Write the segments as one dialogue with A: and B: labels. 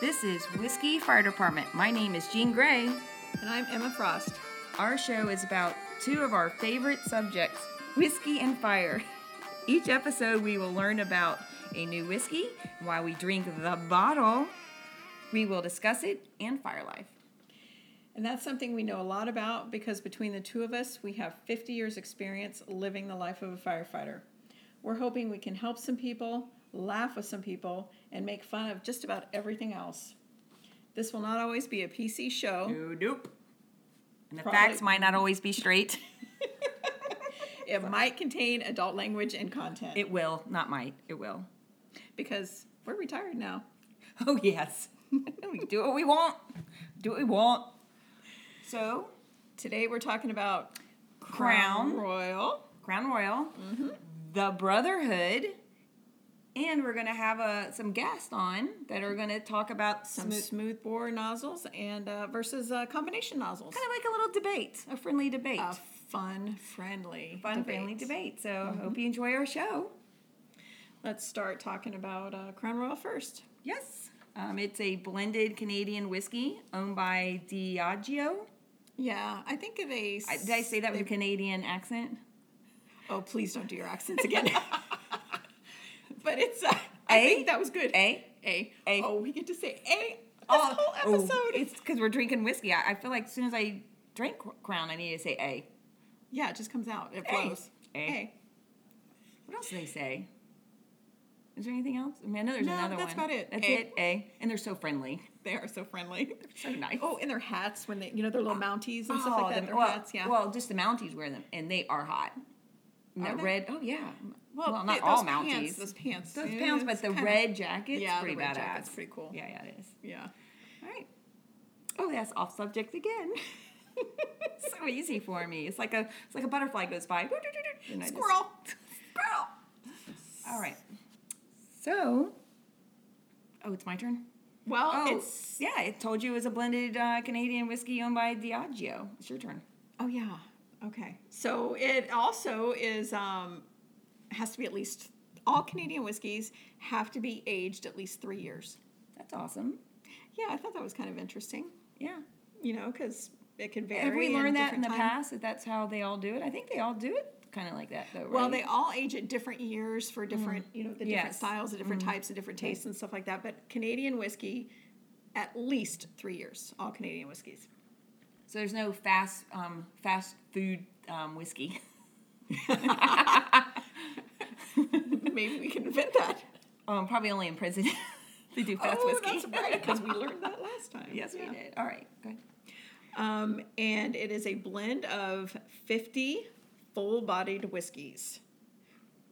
A: This is Whiskey Fire Department. My name is Jean Gray.
B: And I'm Emma Frost.
A: Our show is about two of our favorite subjects whiskey and fire. Each episode, we will learn about a new whiskey, why we drink the bottle, we will discuss it, and fire life.
B: And that's something we know a lot about because between the two of us, we have 50 years' experience living the life of a firefighter. We're hoping we can help some people, laugh with some people, and make fun of just about everything else. This will not always be a PC show.
A: No, nope. And the
B: Probably-
A: facts might not always be straight.
B: It might contain adult language and content
A: It will, not might, it will.
B: because we're retired now.
A: Oh, yes. we do what we want. Do what we want. So,
B: Today we're talking about
A: Crown.
B: Royal.
A: Crown Royal, the Brotherhood, and we're gonna have uh, some guests on that are gonna talk about
B: Some
A: some
B: smooth, bore nozzles and uh, versus uh, combination nozzles.
A: kind of like a little debate, a friendly debate,
B: a fun, friendly,
A: fun friendly debate. So I hope you enjoy our show.
B: Let's start talking about uh, Crown Royal first.
A: Yes, um, it's a blended Canadian whiskey owned by Diageo.
B: Yeah, I think they.
A: I, did I say that with a Canadian accent?
B: Oh, please don't do your accents again. but it's. Uh, I
A: A?
B: think that was good.
A: A?
B: A.
A: A.
B: Oh, we get to say A. This
A: Oh,
B: whole
A: oh,
B: episode.
A: it's because we're drinking whiskey. I, I feel like as soon as I drink Crown, I need to say A.
B: yeah, it just comes out. It
A: A.
B: flows.
A: A. What else do they say? Is there anything else? I mean, I know there's
B: No,
A: another
B: that's
A: one.
B: about it.
A: That's
B: Eh.
A: it. Eh? And they're so friendly.
B: They are so friendly.
A: So nice. Oh,
B: Oh, and their hats when they, you know, their little mounties and stuff like that.
A: the-
B: Their
A: well,
B: hats, yeah.
A: Well, just the Mounties wear them, and they are hot. And
B: Are
A: that
B: they?
A: red. Oh yeah. Well,
B: th-
A: not
B: those
A: all
B: pants,
A: Mounties.
B: Those pants.
A: Those
B: yeah,
A: pounds,
B: it's
A: but the
B: kinda-
A: red jacket's
B: yeah,
A: pretty
B: the red
A: badass.
B: jacket's pretty cool.
A: Yeah, yeah, it is.
B: yeah.
A: All right. Oh, that's off subject again. so easy for me. It's like a it's like a butterfly goes by. And I just- Oh,
B: Squirrel.
A: Squirrel. All right. So. Oh, it's my turn.
B: Well,
A: Oh,
B: it's
A: yeah. It told you it was a blended uh, Canadian whiskey owned by Diageo. It's your turn.
B: Oh yeah. Okay. So it also is um, has to be at least all Canadian whiskeys have to be aged at least three years.
A: That's awesome.
B: Yeah, I thought that was kind of interesting.
A: Yeah.
B: You know, because it can vary.
A: Have we
B: in
A: learned that in the
B: different time-
A: past that that's how they all do it? I think they all do it kind of like that though, right?
B: Well, they all age at different years for different, you know, the different
A: Mm. Yes. Mm.
B: styles, the different types, the different tastes, and stuff like that. But Canadian whiskey, at least three years, all Canadian whiskeys.
A: so there's no fast um, fast food um, whiskey.
B: Maybe we can invent that.
A: Um, probably only in prison they do fast
B: oh,
A: whiskey.
B: that's right, because we learned that last time.
A: yes, we
B: Yeah.
A: did. All right, good.
B: Um, and it is a blend of 50 full bodied whiskeys,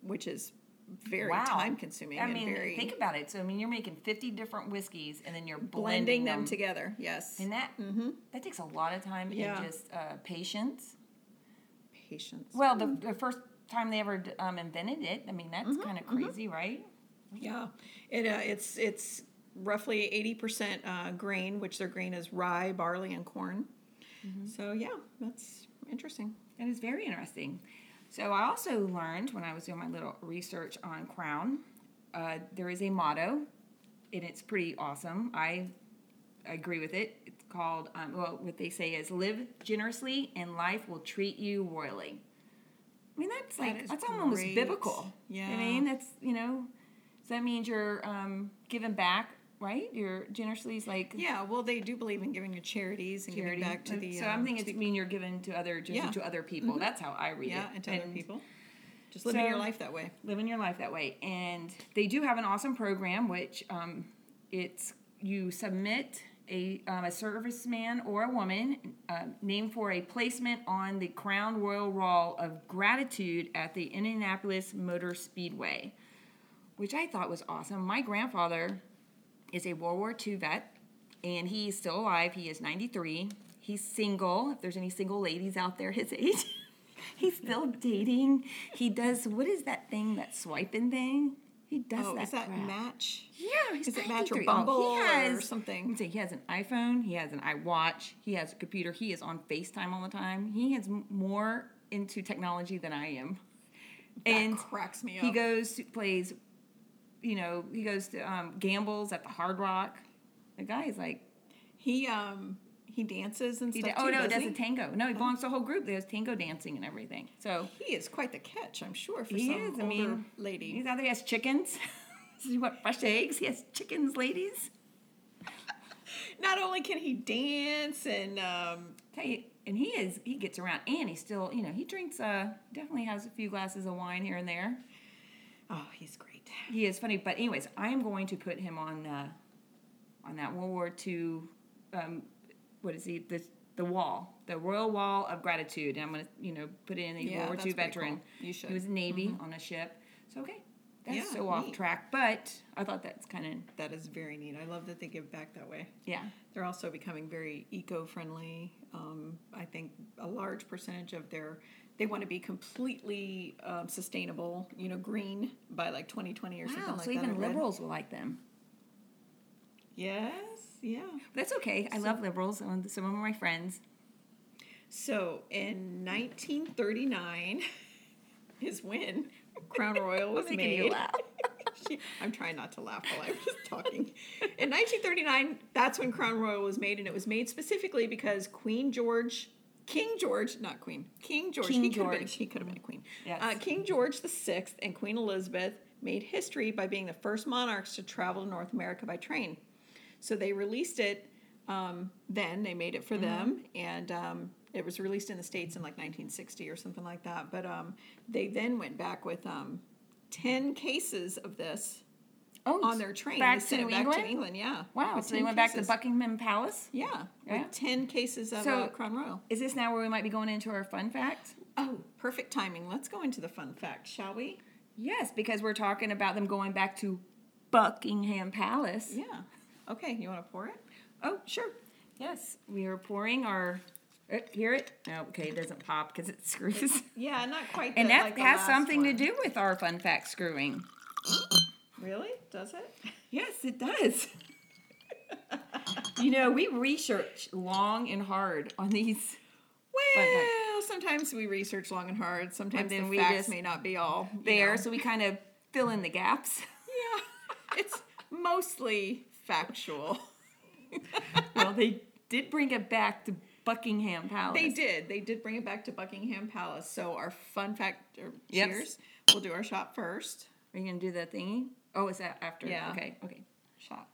B: which is very
A: Wow.
B: time consuming
A: I
B: and
A: mean,
B: very
A: think about it. So I mean, you're making 50 different whiskeys and then you're blending,
B: blending them, together. Yes.
A: And that that takes a lot of time
B: Yeah.
A: and just uh, patience.
B: Patience.
A: Well, the, the first time they ever um, invented it, I mean,
B: Mm-hmm.
A: that's kind of crazy, right?
B: yeah. It, uh, it's, it's roughly 80% uh, grain, which their grain is rye, barley, and corn.
A: Mm-hmm.
B: So, yeah, that's interesting.
A: That is very interesting. So I also learned when I was doing my little research on Crown, uh, there is a motto, and it's pretty awesome. I agree with it. It's called um, well, what they say is "Live generously, and life will treat you royally." I mean, that's like
B: is
A: that's almost
B: great.
A: biblical. I
B: Yeah.
A: mean, that's you know, so that means you're um, giving back, right? You're generously is like
B: Yeah, well, they do believe in giving to charities and
A: charity.
B: giving back to
A: And
B: the.
A: so
B: um,
A: I'm thinking
B: to
A: it's
B: the-
A: mean you're giving to other just
B: Yeah. Mm-hmm.
A: to other people. That's how I read
B: yeah,
A: it.
B: and to other
A: And
B: people. Just living
A: so-
B: your life that way.
A: living your life that way. And they do have an awesome program, which um, it's you submit a, um, a serviceman or a woman uh, named for a placement on the Crown Royal Roll of Gratitude at the Indianapolis Motor Speedway, which I thought was awesome. My grandfather is a World War II vet, and he's still alive. He is 93. He's single. If there's any single ladies out there his age, he's still dating. He does what is that thing that swiping thing? He does
B: Oh,
A: that.
B: is that
A: crap.
B: Match?
A: Yeah, he's
B: Is it Match or
A: 93. Oh,
B: Bumble
A: he
B: or
A: has.
B: something?
A: Let's see, he has an iPhone. He has an iWatch. He has a computer. He is on FaceTime all the time. He is m- more into technology than I am. and
B: that cracks me up.
A: he goes to, plays you know he goes to um, gambles at the hard rock The guy is like,
B: He um he dances and
A: he
B: stuff.
A: da- oh
B: too,
A: no,
B: doesn't
A: that's
B: he? Oh.
A: a tango. No, he belongs to a whole group. There's tango dancing and everything. So
B: He is quite the catch, I'm sure, for
A: He
B: some
A: is, I
B: older
A: mean,
B: lady.
A: he's out there. He has chickens. Does he want fresh eggs? He has chickens, ladies.
B: Not only can he dance and um,
A: Tell you, and he is he gets around, and he still you know he drinks. Uh, definitely has a few glasses of wine here and there.
B: oh, he's great.
A: He is funny, but anyways, I am going to put him on uh, on that World War II. Um, what is he? The the wall, the Royal Wall of Gratitude, and I'm going to you know put in a
B: Yeah,
A: World War
B: that's
A: II
B: pretty
A: veteran.
B: cool. You should. Mm-hmm.
A: He was Navy on a ship. So okay, that's
B: Yeah,
A: so off
B: neat.
A: track, but I thought that's kind of
B: That is very neat. I love that they give back that way.
A: yeah.
B: They're also becoming very eco-friendly. Um, I think a large percentage of their they want to be completely um, sustainable, you know, green by like 2020 or something
A: Wow,
B: like
A: so
B: that. I
A: even
B: read.
A: liberals will like them.
B: Yes, yeah.
A: But that's okay. I love liberals. and Some of them are my friends.
B: So in 1939 is when Crown Royal was
A: making you
B: made.
A: laugh.
B: She- I'm trying not to laugh while I'm just talking. In 1939, that's when Crown Royal was made, and it was made specifically because Queen George, King George, not Queen, King George,
A: King
B: he could have been,
A: George.
B: he could have been a queen.
A: Yes.
B: Uh, King George VI and Queen Elizabeth made history by being the first monarchs to travel to North America by train. So they released it um, then, they made it
A: Mm-hmm.
B: for them, and um, it was released in the States in like 1960 or something like that. But um, they then went back with um, 10 cases of this
A: Oh,
B: on their train.
A: back
B: they sent
A: to
B: it back
A: England?
B: to England, yeah.
A: Wow,
B: With
A: so they
B: 10
A: went back to
B: cases.
A: Buckingham Palace.
B: Yeah,
A: Yeah.
B: with 10 cases of
A: So-
B: uh, Crown Royal.
A: Is this now where we might be going into our fun fact?
B: Oh, perfect timing. Let's go into the fun fact, shall we?
A: Yes, because we're talking about them going back to Buckingham Palace.
B: Yeah. Okay, you want to pour it?
A: Oh, sure. Yes, we are pouring our. uh, hear it? No, okay, it doesn't pop because it screws.
B: Yeah, not quite.
A: And
B: the-
A: that
B: like the
A: has
B: last
A: something
B: one.
A: to do with our fun fact screwing.
B: Really? Does it?
A: Yes, it does. you know, we research long and hard on these. fact.
B: Well, sometimes we research long and hard. Sometimes
A: then
B: the
A: we
B: facts
A: just-
B: may not be all you
A: there,
B: know.
A: so we kind of fill in the gaps.
B: Yeah, it's mostly factual.
A: well, they did bring it back to Buckingham Palace.
B: They did. They did bring it back to Buckingham Palace. So our fun fact. Or
A: Yep.
B: Cheers. We'll do our shot first.
A: Are you gonna do that thingy? Oh, is that after?
B: Yeah.
A: Okay. Okay.
B: Shot.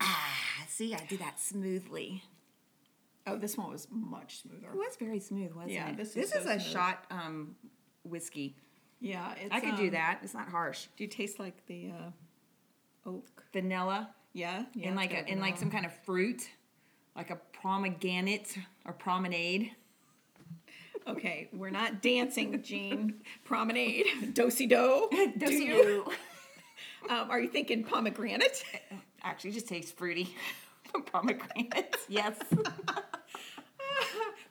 A: Ah, see, I did that smoothly.
B: Oh, this one was much smoother.
A: It was very smooth, wasn't
B: Yeah,
A: it?
B: this is
A: this
B: so
A: is a
B: smooth.
A: shot um, whiskey.
B: Yeah, it's,
A: I could do
B: um,
A: that. It's not harsh.
B: Do you taste like the uh, oak?
A: Vanilla
B: Yeah, yeah.
A: and
B: it's
A: like
B: got
A: a, and like
B: vanilla.
A: some kind of fruit, like a pomegranate or promenade.
B: Okay, we're not dancing, Jean. Promenade, dosey do.
A: Do
B: Um, are you thinking pomegranate?
A: Actually, it just tastes fruity. pomegranate. Yes.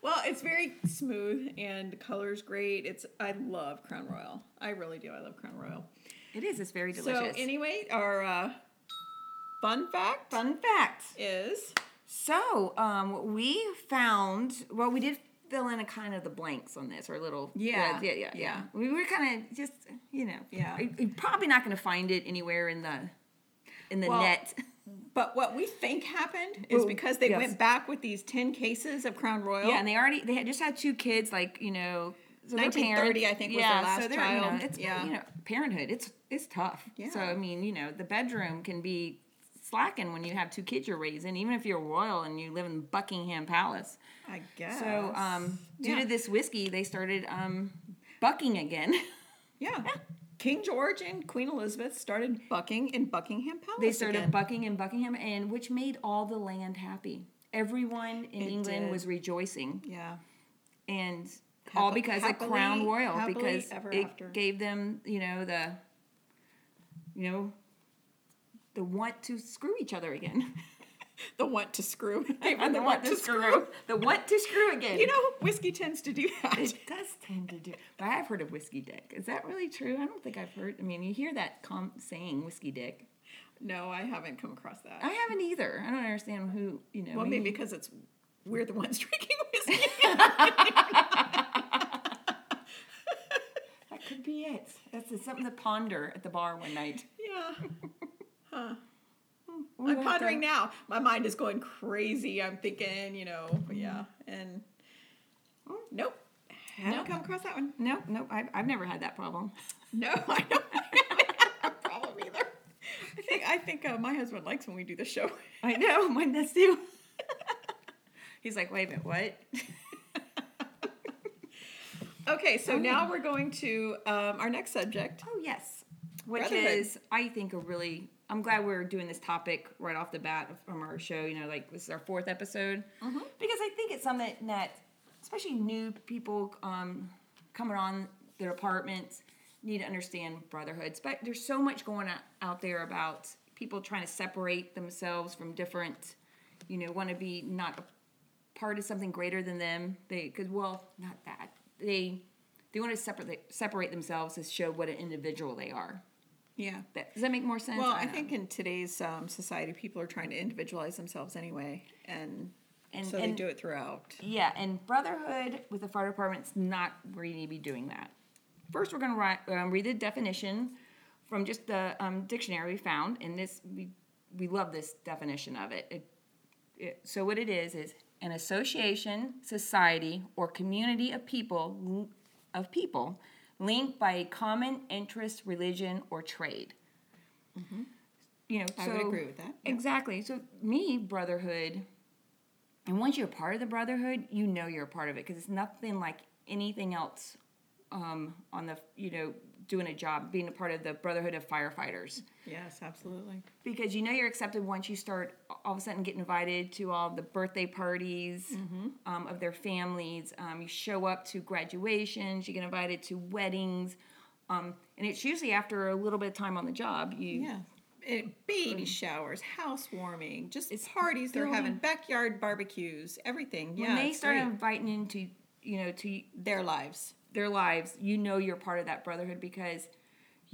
B: well, it's very smooth and the color's great. It's I love Crown Royal. I really do. I love Crown Royal.
A: It is. It's very delicious.
B: So anyway, our uh, fun fact
A: Fun fact.
B: is
A: So, um, we found, well, we did fill in a kind of the blanks on this, or little.
B: Yeah,
A: Yeah, yeah, yeah.
B: yeah.
A: We were kind of just, you know.
B: Yeah.
A: you- You're probably not going to find it anywhere in the in the
B: Well,
A: net.
B: but what we think happened is
A: Well,
B: because they
A: yes.
B: went back with these 10 cases of Crown Royal.
A: Yeah, and they already, they had just had two kids, like, you know. So their
B: 1930,
A: parents-
B: I think, was their last
A: they're, you know,
B: child.
A: it's,
B: Yeah.
A: you know, parenthood, it's, it's tough.
B: Yeah.
A: So, I mean, you know, the bedroom can be slacking when you have two kids you're raising, even if you're royal and you live in Buckingham Palace.
B: I guess.
A: So, um, due
B: Oh, Yeah.
A: to this whiskey, they started um, bucking again.
B: Oh, Yeah. King George and Queen Elizabeth started bucking in Buckingham Palace.
A: they started
B: again.
A: bucking in Buckingham, and which made all the land happy. Everyone in
B: It
A: England
B: did.
A: was rejoicing,
B: Yeah.
A: and all
B: Happi-
A: because of Crown
B: happily-
A: Royal,
B: happily
A: because
B: ever
A: it
B: after.
A: gave them, you know, the, you know, the want to screw each other again.
B: The want to screw. They
A: the want to screw. The want to screw again.
B: You know, whiskey tends to do that.
A: It does tend to do. But I've heard of whiskey dick. Is that really true? I don't think I've heard. I mean, you hear that com- saying whiskey dick.
B: No, I haven't come across that.
A: I haven't either. I don't understand who you know.
B: Well, maybe
A: maybe-
B: because it's we're the ones drinking whiskey.
A: that could be it. That's it's something to ponder at the bar one night.
B: yeah. Huh. Hmm.
A: We
B: I'm
A: won't
B: pondering
A: go-
B: now. My mind is going crazy. I'm thinking, you know, yeah, and nope, haven't
A: Nope.
B: come across that one.
A: No, no, I've, I've never had that problem.
B: No, I don't have a problem either. I think I think uh, my husband likes when we do the show.
A: I know, mine does too. He's like, wait a minute, what?
B: Okay, so now we're going to um, our next subject.
A: Oh, yes. Which
B: Brotherhood.
A: is, I think, a really, I'm glad we're doing this topic right off the bat from our show. You know, like this is our fourth episode. Because I think it's something that, especially new people um, coming on their apartments, need to understand brotherhoods. But there's so much going on out there about people trying to separate themselves from different, you know, want to be not a part of something greater than them. They could, well, not that. They, they want to separate separate themselves to show what an individual they are.
B: Yeah.
A: That, does that make more sense?
B: Well, I
A: don't know.
B: think in today's um, society, people are trying to individualize themselves anyway, and,
A: And-
B: so
A: and-
B: they do it throughout.
A: Yeah, and brotherhood with the fire department's not where you need to be doing that. First, we're going to ri- um, read the definition from just the um, dictionary we found, and this we we love this definition of it. It, it. So what it is is an association, society, or community of people of people linked by a common interest, religion, or trade. Mm-hmm. You know,
B: I would
A: so-
B: agree with that. yeah.
A: Exactly. So me, brotherhood, and once you're a part of the brotherhood, you know you're a part of it because it's nothing like anything else um, on the you know doing a job, being a part of the brotherhood of firefighters
B: Yes, absolutely.
A: because you know you're accepted once you start all of a sudden get invited to all the birthday parties
B: Mm-hmm.
A: um, of their families. Um, you show up to graduations, you get invited to weddings. Um, and it's usually after a little bit of time on the job. You,
B: Yeah. It,
A: Mm.
B: baby showers, housewarming, just parties. They're having backyard barbecues, everything.
A: When
B: yeah,
A: they
B: it's
A: start
B: great.
A: inviting into you know to
B: their lives.
A: their lives, you know you're part of that brotherhood because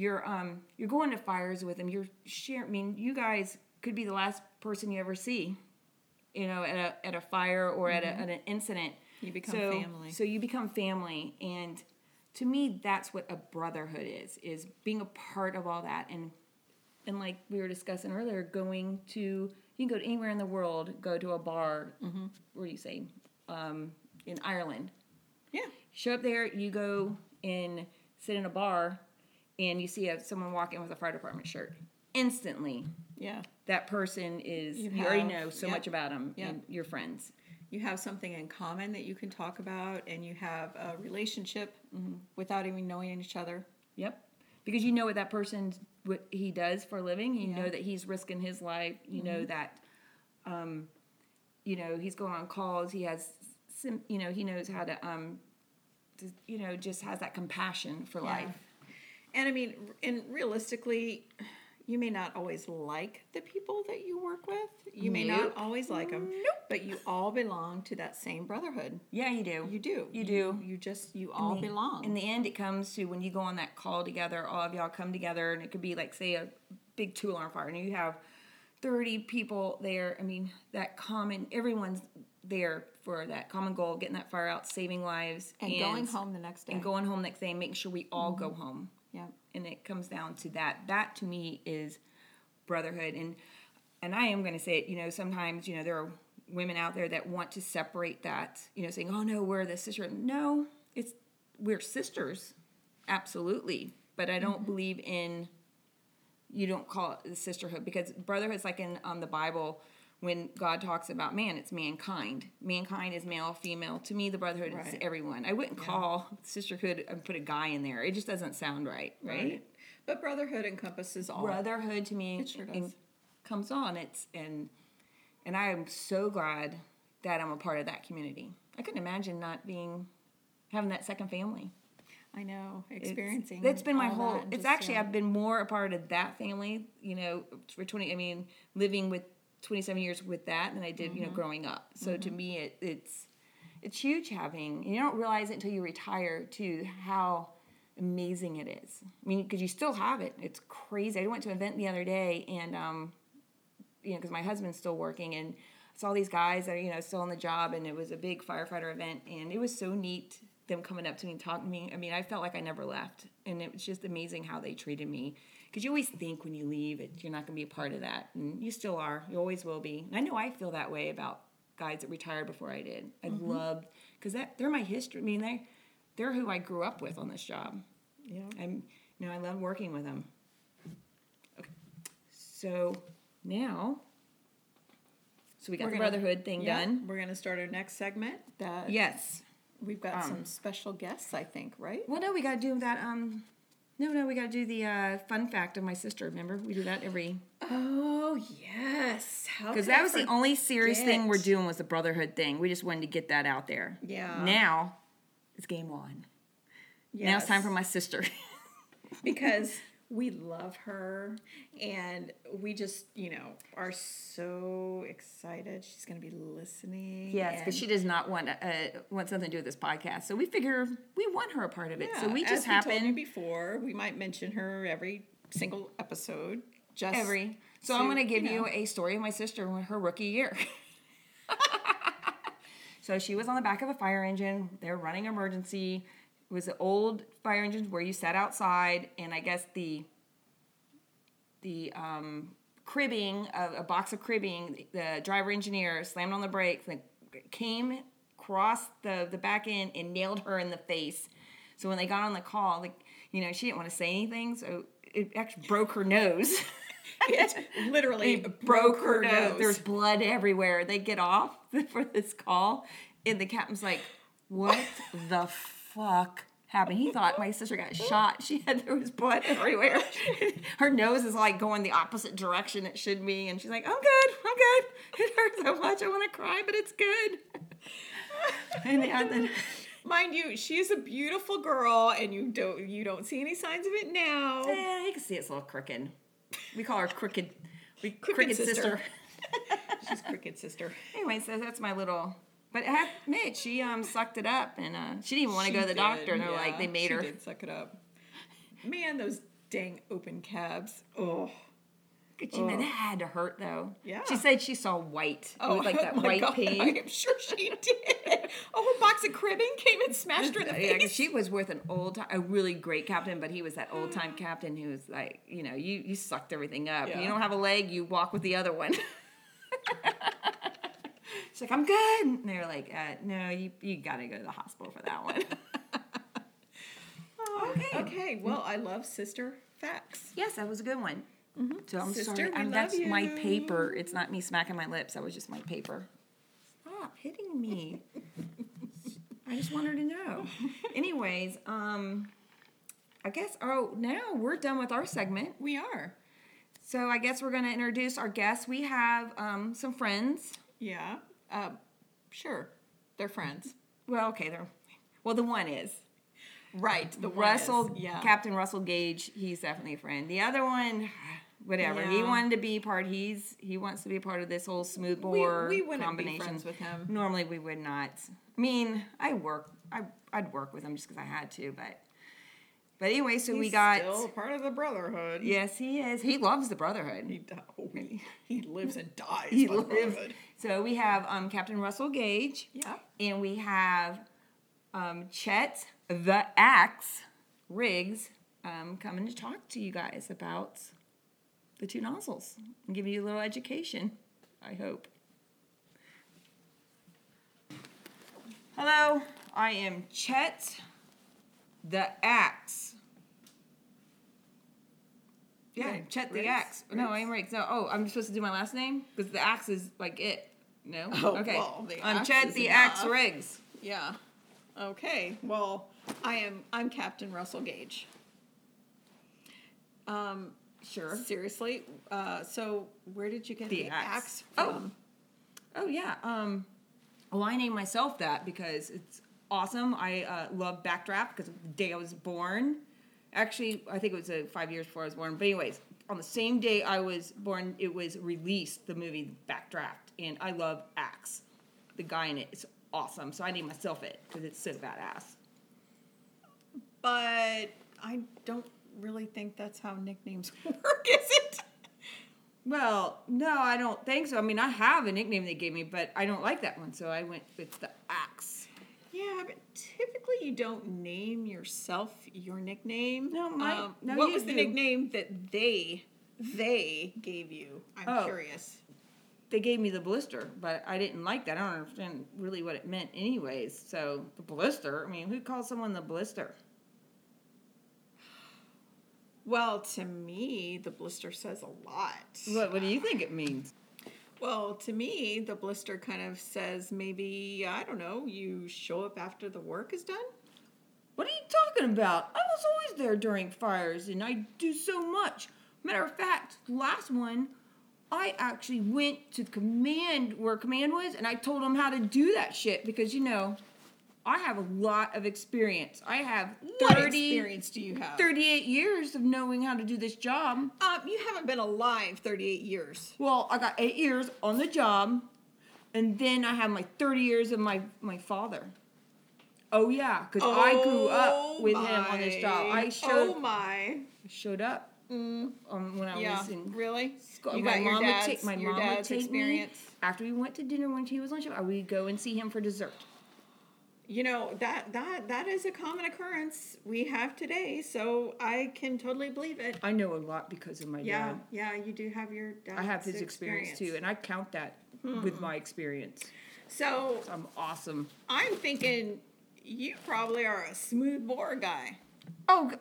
A: you're um you're going to fires with them. You're share. I mean, you guys could be the last person you ever see, you know, at a at a fire or at, a, at an incident.
B: Mm-hmm. You become
A: so,
B: family.
A: So you become family, and to me, that's what a brotherhood is: is being a part of all that and. And like we were discussing earlier, going to you can go to anywhere in the world, go to a bar.
B: Mm-hmm.
A: Where do you say? Um, in Ireland,
B: Yeah.
A: show up there, you go and sit in a bar, and you see a, someone walk in with a fire department shirt. Instantly,
B: Yeah.
A: that person is you,
B: You
A: already
B: have-
A: know so
B: yep.
A: much about them
B: Yep.
A: and your friends.
B: You have something in common that you can talk about, and you have a relationship mm-hmm, without even knowing each other.
A: Yep, because you know what that person what he does for a living. You know
B: Yeah. Mm-hmm.
A: that he's risking his life. You know that, um, you know he's going on calls. He has, sim- you know, he knows how to, um, to, you know, just has that compassion for life.
B: And I mean, r- and realistically, you may not always like the people that you work with. You may
A: Nope.
B: not always like them. Nope. But you all belong to that same brotherhood.
A: Yeah, you do.
B: You do.
A: You do.
B: You just, you all
A: the-
B: belong.
A: In the end, it comes to when you go on that call together, all of y'all come together, and it could be like, say, a big two alarm fire, and you have 30 people there. I mean, that common, everyone's there for that common goal, getting that fire out, saving lives,
B: and, going home Mm-hmm. the next day.
A: and going home next day, and making sure we all go home.
B: yeah.
A: And it comes down to that. That to me is brotherhood. And and I am going to say it. You know, sometimes you know there are women out there that want to separate that. You know, saying, "Oh no, we're the sister." No, it's we're sisters, absolutely. But I don't believe in you don't call it the sisterhood because brotherhood is like in um, the Bible when God talks about man, it's mankind. Mankind is male, female. To me, the brotherhood is
B: Right.
A: everyone. I wouldn't call sisterhood and put a guy in there. It just doesn't sound right, right?
B: But brotherhood encompasses all.
A: Brotherhood to me
B: It sure does.
A: and comes on. It's and and I am so glad that I'm a part of that community. I couldn't imagine not being having that second family.
B: I know.
A: It's-
B: Experiencing.
A: That's been my
B: all
A: whole.
B: that and
A: it's
B: just,
A: actually
B: yeah.
A: I've been more a part of that family. You know, for twenty. I mean, living with twenty seven years with that than I did.
B: Mm-hmm.
A: You know, growing up. So to me, it, it's it's huge having. You don't realize it until you retire too how amazing it is. I mean, because you still have it. It's crazy. I went to an event the other day and um, you know, because my husband's still working and I saw these guys that are, you know, still on the job and it was a big firefighter event and it was so neat them coming up to me and talking to me. I mean, I felt like I never left, and it was just amazing how they treated me. Because you always think when you leave, it, you're not going to be a part of that, and you still are. You always will be. And I know I feel that way about guys that retired before I did. I loved because that they're my history. I mean, they they're who I grew up with on this job.
B: Yeah.
A: I'm you know I love working with them. Okay, so now, so we got
B: We're
A: the
B: gonna-
A: brotherhood thing
B: Yeah,
A: done.
B: We're gonna start our next segment. That
A: Yes.
B: we've
A: Um.
B: got some special guests, I think, right?
A: Well, no, we got to do that. Um, no, no, we got to do the uh, fun fact of my sister. Remember, we do that every
B: Oh yes.
A: because that was the only serious thing we're
B: forget?
A: doing was the brotherhood thing. We just wanted to get that out there.
B: Yeah.
A: Now it's game on. Now it's time for my sister.
B: because we love her and we just you know are so excited she's going to be listening
A: yes,
B: and-
A: because she does not want uh, want something to do with this podcast. So we figure we want her a part of it. so
B: Yeah,
A: we just
B: as we told you
A: happen
B: before we might mention her every single episode just
A: every. So, I'm
B: So,
A: going to give
B: you know.
A: you a story of my sister when her rookie year. so she was on the back of a fire engine. They're running emergency. It was an old fire engine where you sat outside, and I guess the the um, cribbing of a box of cribbing. The driver engineer slammed on the brakes and came across the the back end and nailed her in the face. So when they got on the call, like you know, she didn't want to say anything, so it actually broke her nose.
B: it literally
A: It broke her nose. There's blood everywhere. They get off for this call, and the captain's like, "What the fuck happened?" He thought my sister got shot. She had there was blood everywhere. her nose is like going the opposite direction it should be, and she's like, "I'm good. I'm good. It hurts so much. I want to cry, but it's good." and yeah, then.
B: mind you she's a beautiful girl and you don't you don't see any signs of it now
A: Yeah, you can see it's a little crooked. We call her crooked. We crooked,
B: sister.
A: sister.
B: she's cricket sister
A: Anyway, so that's my little. But I have to admit, she um sucked it up, and uh, she didn't even want to
B: She
A: go to the
B: did,
A: doctor. And they're
B: yeah,
A: like, they made
B: she
A: her.
B: did suck it up man those dang open cabs oh
A: Could you imagine- that had to hurt though.
B: Yeah. Oh,
A: She said she saw white. It was Oh, like that
B: my
A: white
B: God, I
A: paint.
B: am sure she did. A whole box of cribbing came and smashed her in the
A: Yeah, 'cause
B: face.
A: she was worth an old time, a really great captain, but he was that old time captain who was like, you know, you you sucked everything up.
B: Yeah.
A: You don't have a leg, you walk with the other one. She's like, I'm good. And they were like, uh, no, you you gotta go to the hospital for that one.
B: okay. okay, well, I love sister facts.
A: Yes, that was a good one. So I'm
B: Sister,
A: sorry.
B: we
A: I'm,
B: love
A: that's my
B: you.
A: paper. It's not me smacking my lips. That was just my paper. Stop hitting me. I just want her to know. Anyways, um, I guess. Oh, now we're done with our segment.
B: We are.
A: So I guess we're gonna introduce our guests. We have um, some friends.
B: Yeah. Um, sure. They're friends.
A: Well, okay, they're. Well, the one is
B: Right. The one is-
A: Russell,
B: Yeah.
A: Captain Russell Gage. He's definitely a friend. The other one, whatever. He
B: Yeah.
A: wanted to be part. He's he wants to be part of this whole smooth
B: we,
A: bore
B: we wouldn't be
A: combination.
B: friends with him.
A: Normally we would not. I mean, I work. I I'd work with him just because I had to, but but anyway. So we
B: He's
A: got.
B: still part of the brotherhood.
A: Yes, he is. He loves the
B: He,
A: Brotherhood.
B: d- oh, he, he lives and dies.
A: He
B: by the
A: lives.
B: brotherhood.
A: So we have um, Captain Russell Gage,
B: Yeah.
A: and we have um, Chet the Axe Riggs um, coming to talk to you guys about the two nozzles and give you a little education. I hope. Hello, I am Chet the Axe. Yeah,
B: Yeah,
A: Chet the
B: Riggs,
A: Axe. No,
B: Riggs.
A: I'm Riggs. No, oh, I'm supposed to do my last name because the Axe is like it. No,
B: Oh,
A: okay.
B: well, the
A: I'm
B: axe
A: Chet
B: is
A: the
B: enough.
A: Axe Riggs.
B: Yeah. Okay. Well, I am. I'm Captain Russell Gage. Um.
A: Sure.
B: Seriously. Uh. So where did you get
A: The
B: the,
A: axe.
B: axe.
A: Oh.
B: from?
A: Oh yeah. Um, well, I named myself that because it's awesome. I uh, love Backdraft because the day I was born, actually, I think it was uh, five years before I was born. But anyways, on the same day I was born, it was released the movie Backdraft, and I love Axe, the guy in it. It's awesome. So I named myself it because it's so badass.
B: But I don't really think that's how nicknames work, is it?
A: Well, no, I don't think so. I mean, I have a nickname they gave me, but I don't like that one, so I went with the Axe.
B: Yeah. Yeah, but typically you don't name yourself your nickname. Um,
A: No, my- no,
B: what
A: you
B: was the
A: do.
B: nickname that they they gave you? I'm
A: Oh.
B: curious.
A: They gave me the blister, but I didn't like that. I don't understand really what it meant, anyways. So the blister. I mean, who calls someone the blister?
B: Well, to me, the blister says a lot.
A: What What do you think it means?
B: Well, to me, the blister kind of says maybe I don't know. You show up after the work is done.
A: What are you talking about? I was always there during fires, and I do so much. Matter of fact, last one, I actually went to command where command was, and I told them how to do that shit because you know, I have a lot of experience. I have
B: What
A: 30,
B: experience do you have?
A: 38 years of knowing how to do this job.
B: Um, you haven't been alive 38 years.
A: Well, I got eight years on the job, and then I have my 30 years of my, my father. Oh, yeah, because I grew up
B: Oh
A: with him on this job.
B: my.
A: I showed,
B: Oh my.
A: showed up um, when I
B: Yeah.
A: was in
B: Really?
A: school.
B: You
A: my
B: got your
A: mom
B: dad's,
A: would take my
B: your
A: mom would
B: dad's
A: take
B: experience.
A: me after we went to dinner when he was on show. I would go and see him for dessert.
B: You know that that that is a common occurrence we have today, so I can totally believe it.
A: I know a lot because of my
B: Yeah,
A: dad.
B: yeah, you do have your.
A: I have his experience, too, and I count that
B: Hmm.
A: with my experience.
B: So
A: I'm awesome.
B: I'm thinking you probably are a smooth bore guy.
A: Oh,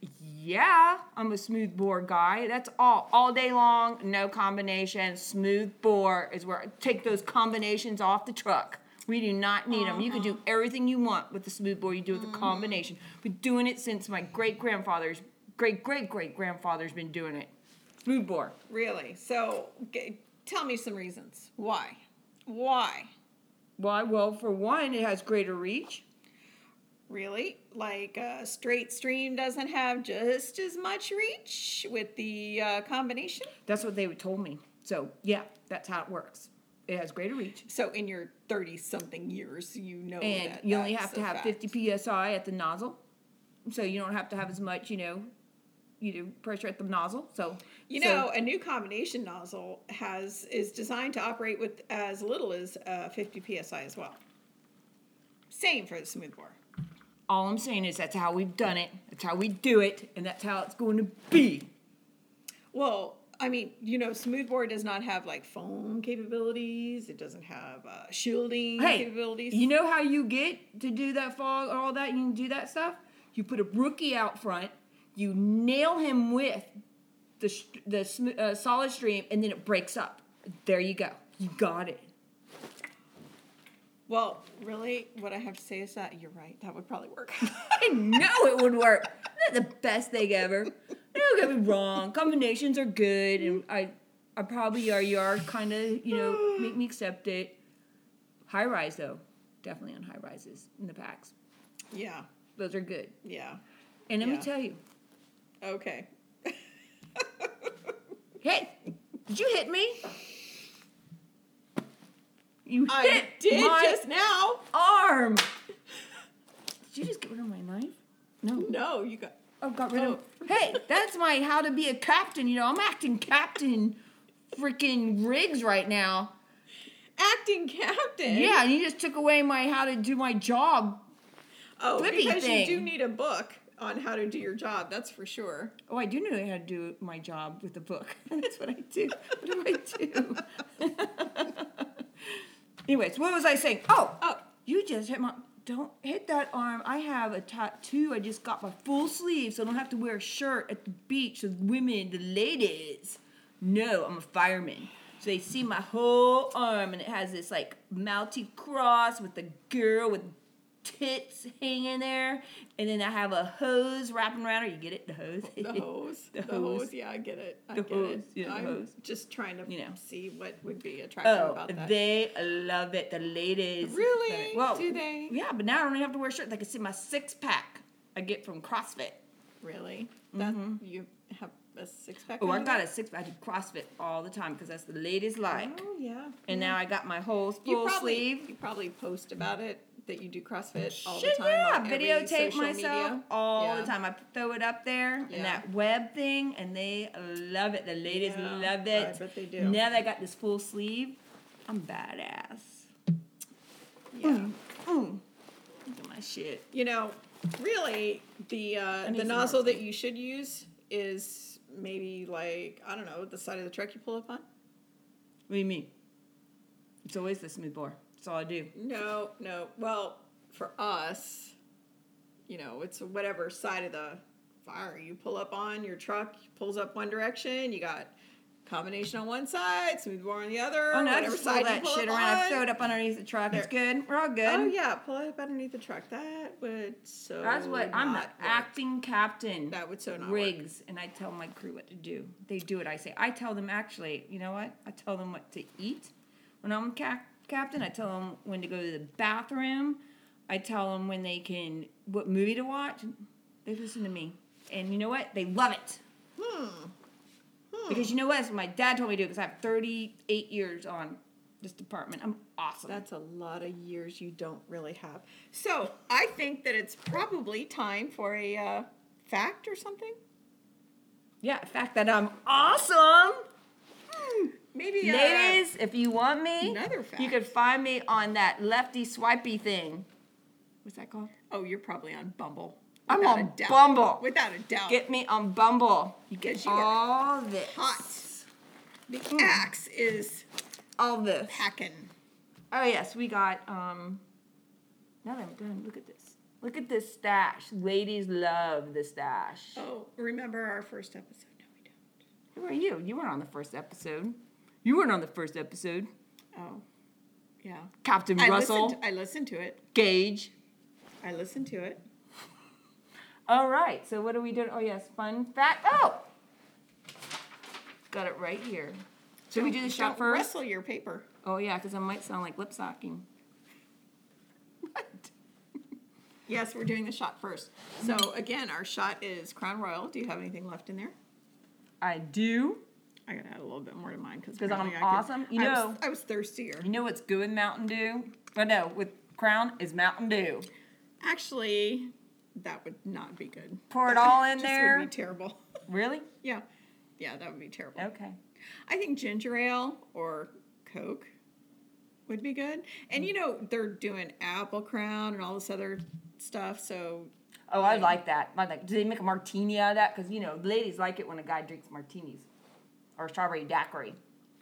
A: g- yeah, I'm a smooth bore guy. That's all, all day long, no combination. Smooth bore is where I take those combinations off the truck. We do not need them. You can do everything you want with the smooth bore. You do with the combination. Been doing it since my great grandfather's great great great grandfather's been doing it. Smooth bore.
B: Really? So g- tell me some reasons why, why
A: Why? Well, for one, it has greater reach.
B: Really? Like uh, straight stream doesn't have just as much reach with the uh, combination?
A: That's what they told me. So yeah, that's how it works. It has greater reach.
B: So in your 30 something years, you know
A: and
B: Oh, that
A: you only
B: that's
A: have to
B: a
A: have
B: fact.
A: 50 psi at the nozzle so you don't have to have as much you know you know pressure at the nozzle so
B: You
A: so-
B: know, a new combination nozzle has is designed to operate with as little as uh, 50 psi as well. Same for the smooth bore.
A: all i'm saying is that's how we've done it that's how we do it and that's how it's going to be
B: Well, I mean, you know, smooth bore does not have like foam capabilities. It doesn't have uh, shielding
A: hey
B: capabilities.
A: you know how you get to do that fog all that you can do that stuff you put a rookie out front you nail him with the sh- the sm- uh, solid stream and then it breaks up there you go you got it
B: Well, really, what I have to say is that you're right. That would probably work.
A: I know it would work. Not the best thing ever. Don't get me wrong. Combinations are good, and I, I probably are. You are kind of, you know, make me accept it. High rise though, definitely on high rises in the packs.
B: yeah,
A: Those are good.
B: yeah.
A: And let
B: Yeah.
A: me tell you,
B: Okay.
A: hey, did you hit me? You
B: I
A: hit
B: did
A: my
B: just now.
A: arm. Did you just get rid of my knife? No.
B: No, you got.
A: Oh, got rid of. Hey, that's my how to be a captain. You know, I'm acting captain, freaking rigs right now.
B: Acting captain.
A: Yeah, and you just took away my how to do my job.
B: Oh,
A: Flippy
B: because
A: thing.
B: you do need a book on how to do your job. That's for sure.
A: Oh, I do know how to do my job with a book. That's what I do. What do I do? Anyways, what was I saying? Oh,
B: Oh,
A: you just hit my. Don't hit that arm. I have a tattoo. I just got my full sleeve, so I don't have to wear a shirt at the beach with women, the ladies. No, I'm a fireman. So they see my whole arm, and it has this like mounty cross with a girl with tits hanging there, and then I have a hose wrapping around her. You get it? The hose.
B: the hose.
A: The
B: the hose.
A: hose.
B: Yeah, I get it. I
A: The
B: get it.
A: hose, yeah, the
B: I'm
A: hose.
B: just trying to
A: You know.
B: see what would be attractive
A: Oh,
B: about that.
A: they love it. The ladies.
B: Really?
A: Well,
B: Do they?
A: Yeah, but now I don't even have to wear a shirt. They can see my six pack I get from CrossFit.
B: really? That you have a six pack.
A: Oh, I got a six pack. I do CrossFit all the time because that's the ladies like.
B: Oh yeah.
A: And now I got my whole full
B: you probably,
A: sleeve.
B: You probably post about it that you do CrossFit all
A: Shit,
B: the time.
A: yeah,
B: on every
A: videotape
B: social
A: myself
B: media.
A: all
B: Yeah.
A: the time. I throw it up there
B: Yeah.
A: and that web thing, and they love it. The ladies
B: Yeah,
A: love
B: I
A: it.
B: bet they do.
A: Now that I got this full sleeve, I'm badass.
B: Yeah.
A: Mm. shit.
B: Hmm. You know, really, the uh,
A: need
B: the
A: some
B: nozzle that you should use is maybe like I don't know the side of the truck you pull up on.
A: What do you mean? It's always the smooth bore. That's all I do.
B: No, no. Well, for us, you know, it's whatever side of the fire you pull up on. Your truck pulls up one direction. You got combination on one side, smooth bore on the other.
A: Oh no, I
B: whatever
A: just pull
B: side you
A: that
B: pull
A: shit
B: up
A: around. I
B: on.
A: throw it up underneath the truck. It's good. We're all good.
B: Oh yeah, pull it up underneath the truck. That would so.
A: That's what I'm the
B: not work.
A: acting captain.
B: That would so not work.
A: rigs, and I tell my crew what to do. They do it. I say. I tell them actually. You know what? I tell them what to eat. When I'm ca- captain, I tell them when to go to the bathroom. I tell them when they can what movie to watch. They listen to me, and you know what? They love it.
B: Hmm.
A: Because you know what? That's what my dad told me to do. Because I have 38 years on this department. I'm awesome.
B: That's a lot of years you don't really have. So I think that it's probably time for a uh, fact or something.
A: yeah, the fact that I'm awesome.
B: Maybe uh,
A: Ladies, if you want me,
B: Another
A: you
B: fact.
A: could find me on that lefty swipey thing. What's that called?
B: Oh, you're probably on Bumble.
A: I'm
B: Without
A: on
B: a doubt.
A: Bumble.
B: Without a doubt.
A: Get me on Bumble. You
B: Because
A: get
B: you are
A: all this.
B: hot. The
A: Hmm.
B: axe is
A: All this.
B: packing.
A: Oh, yes, we got, um, now that I'm done, look at this. Look at this stash. Ladies love the stash.
B: Oh, remember our first episode? No, we
A: Who are you? You weren't on the first episode. You weren't on the first episode.
B: don't. Oh, yeah.
A: Captain
B: I
A: Russell,
B: listened. I listened to it.
A: Gage.
B: I listened to it.
A: All right, so what are we doing? Oh, yes, fun fact. Oh! Got it right here. Should we do the shot
B: Don't
A: 1st
B: Rustle your paper.
A: Oh, yeah, because I might sound like lip socking. What?
B: Yes, we're doing the shot first. So again, our shot is Crown Royal. Do you have anything left in there?
A: I do.
B: I gotta add a little bit more to mine because
A: 'Cause I'm awesome. You
B: I was,
A: know-
B: I was thirstier.
A: You know what's good with Mountain Dew? Oh, no, with Crown is Mountain Dew.
B: Actually, that would not be good.
A: Pour it all in
B: Just would
A: there.
B: be terrible.
A: Really?
B: yeah, yeah, that would be terrible.
A: Okay.
B: I think ginger ale or Coke would be good. And you know they're doing apple crown and all this other stuff. So
A: Oh, I like that. I like. Do they make a martini out of that? Because you know, ladies like it when a guy drinks martinis or strawberry daiquiri.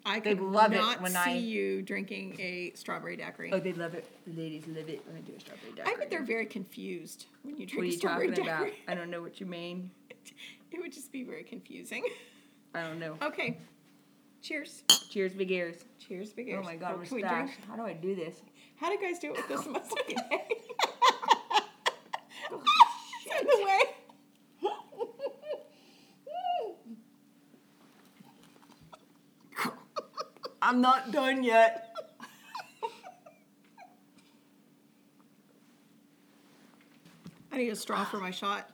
B: I
A: They
B: could
A: love it
B: not
A: when
B: see
A: I-
B: you drinking a strawberry daiquiri.
A: Oh, they love it. Ladies love it when I do a strawberry
B: I
A: daiquiri.
B: bet they're very confused when you drink
A: What are
B: a
A: you
B: strawberry
A: talking about?
B: daiquiri.
A: I don't know what you mean.
B: It would just be very confusing.
A: I don't know.
B: Okay. Cheers.
A: Cheers, big ears.
B: Cheers, big ears.
A: Oh my god,
B: What
A: we're
B: can we drink?
A: stashed. How do I do this?
B: How do you guys do it with this much? In the way.
A: I'm not done yet.
B: I need a straw for my shot.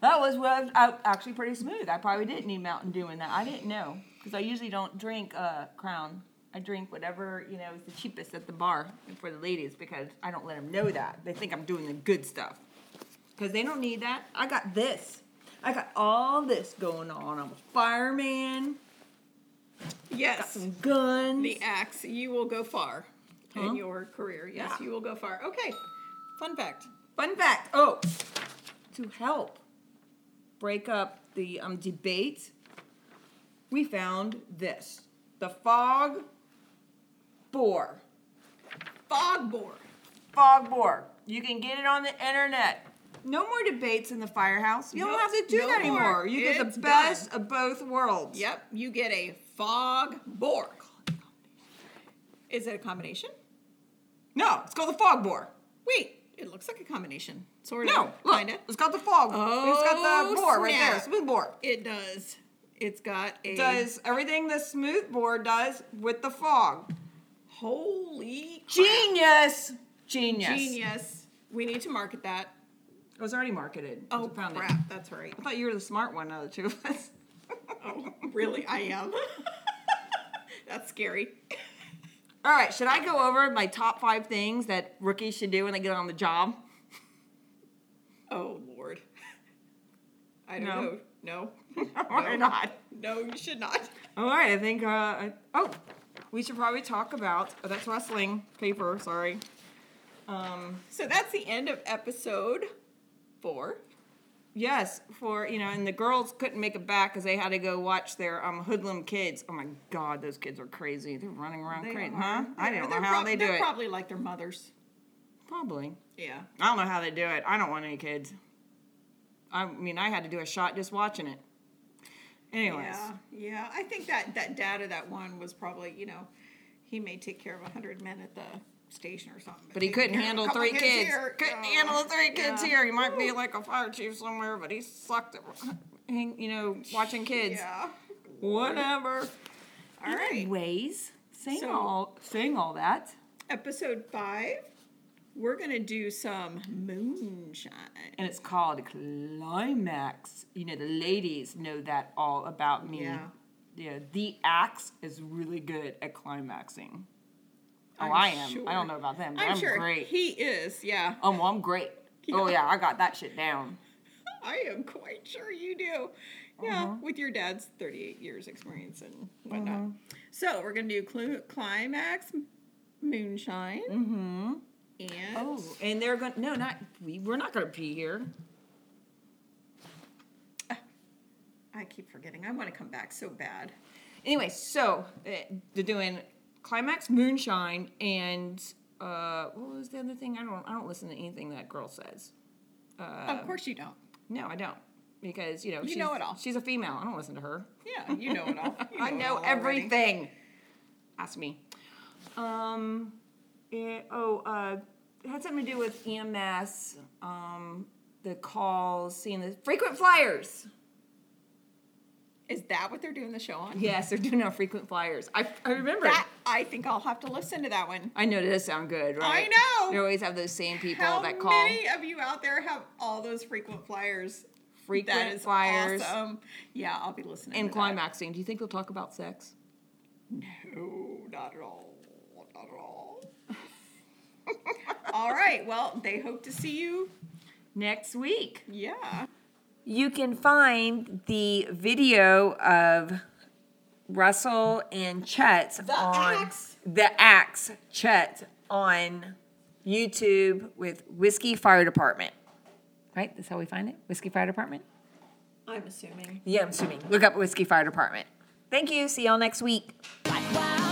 A: That was well, I- actually pretty smooth. I probably didn't need Mountain Dew in that. I didn't know because I usually don't drink uh, Crown. I drink whatever you know is the cheapest at the bar for the ladies because I don't let them know that. They think I'm doing the good stuff because they don't need that. I got this. I got all this going on. I'm a fireman.
B: Yes.
A: Guns.
B: The axe. You will go far
A: Huh?
B: in your career. Yes,
A: Yeah.
B: you will go far. Okay. Fun fact.
A: Fun fact. Oh, to help break up the um, debate, we found this: the fog bore.
B: Fog bore.
A: Fog bore. You can get it on the internet. No more debates in the firehouse. You
B: Nope,
A: don't have to do
B: no
A: that
B: more.
A: anymore. You get
B: It's
A: the best of both worlds.
B: Yep. You get a fog bore. Is it a combination?
A: No, it's called the fog bore.
B: Wait. It looks like a combination. Sort of.
A: No, look,
B: Kinda.
A: it's got the fog. it's got
B: Oh,
A: the bore right there,
B: snap.
A: smooth bore.
B: It does. It's got a
A: Does everything the smooth bore does with the fog.
B: holy
A: Genius! Genius.
B: crap. genius. We need to market that.
A: It was already marketed.
B: Oh
A: I found it.
B: crap, that's right.
A: I thought you were the smart one out of the two of us.
B: Oh, really? I am. that's scary.
A: All right, should I go over my top five things that rookies should do when they get on the job?
B: Oh lord. I don't
A: No.
B: know. No.
A: or not?
B: No, you should not.
A: All right, I think. Uh, I- oh, we should probably talk about. Oh, that's wrestling paper. Sorry. Um,
B: So that's the end of episode four.
A: Yes, for you know, and the girls couldn't make it back because they had to go watch their um, hoodlum kids. Oh my God, those kids are crazy. They're running around crazy, huh? I
B: Yeah,
A: don't know
B: they're
A: how
B: prob-
A: they do
B: they're
A: it.
B: probably like their mothers.
A: Probably.
B: Yeah.
A: I don't know how they do it. I don't want any kids. I mean, I had to do a shot just watching it. Anyways,
B: Yeah. Yeah. I think that that dad of that one was probably you know, he may take care of a hundred men at the station or something.
A: but he
B: taking
A: couldn't
B: care of a
A: handle
B: couple
A: three kids.
B: here,
A: couldn't
B: yeah.
A: handle three kids
B: Yeah.
A: here. He might be like a fire chief somewhere, but he sucked at, hang- you know, watching kids.
B: Yeah.
A: Whatever.
B: All right.
A: Anyways, saying
B: So-
A: all saying all that.
B: Episode five. We're gonna do some moonshine.
A: and it's called climax. You know, the ladies know that all about me.
B: Yeah.
A: Yeah, the axe is really good at climaxing. Oh, I'm
B: I'm
A: I am.
B: sure.
A: I don't know about them, but
B: I'm,
A: Mm, I'm,
B: sure
A: great.
B: he is. Yeah.
A: Oh, well, I'm great. Oh
B: Yeah.
A: yeah, I got that shit down.
B: I am quite sure you do. Yeah,
A: Uh-huh.
B: with your dad's 38 years experience and whatnot. So we're gonna do clu climax, moonshine, mm-hmm. and
A: Oh, and they're going. to No, not we. We're not going to pee here.
B: I keep forgetting. I want to come back so bad.
A: Anyway, so uh, they're doing climax moonshine and uh, what was the other thing? I don't. I don't listen to anything that girl says. Uh.
B: of course you don't.
A: No, I don't. Because you know, she's,
B: know it all.
A: She's a female. I don't listen to her.
B: Yeah, you know it all. You
A: I
B: it
A: know
B: all already.
A: everything. Ask me. Um, eh, oh, uh, it had something to do with EMS, um, the calls, seeing the frequent flyers.
B: Is that what they're doing the show on?
A: Yes, they're doing our frequent flyers. I, I remember.
B: That I think I'll have to listen to that one.
A: I know it does sound good, right?
B: know.
A: They always have those same people
B: How
A: that call.
B: many of you out there have all those frequent flyers?
A: frequent
B: that is
A: flyers
B: awesome. Yeah, I'll be listening.
A: and
B: to that.
A: climaxing. Do you think they'll talk about sex?
B: No, not at all. Not at all. all right. Well, they hope to see you.
A: Next week.
B: Yeah.
A: You can find the video of Russell and Chet on
B: Axe.
A: the Axe Chet on YouTube with Whiskey Fire Department. Right? That's how we find it. Whiskey Fire Department.
B: I'm assuming.
A: Yeah, I'm assuming. Look up Whiskey Fire Department. Thank you. See y'all next week.
C: Wow.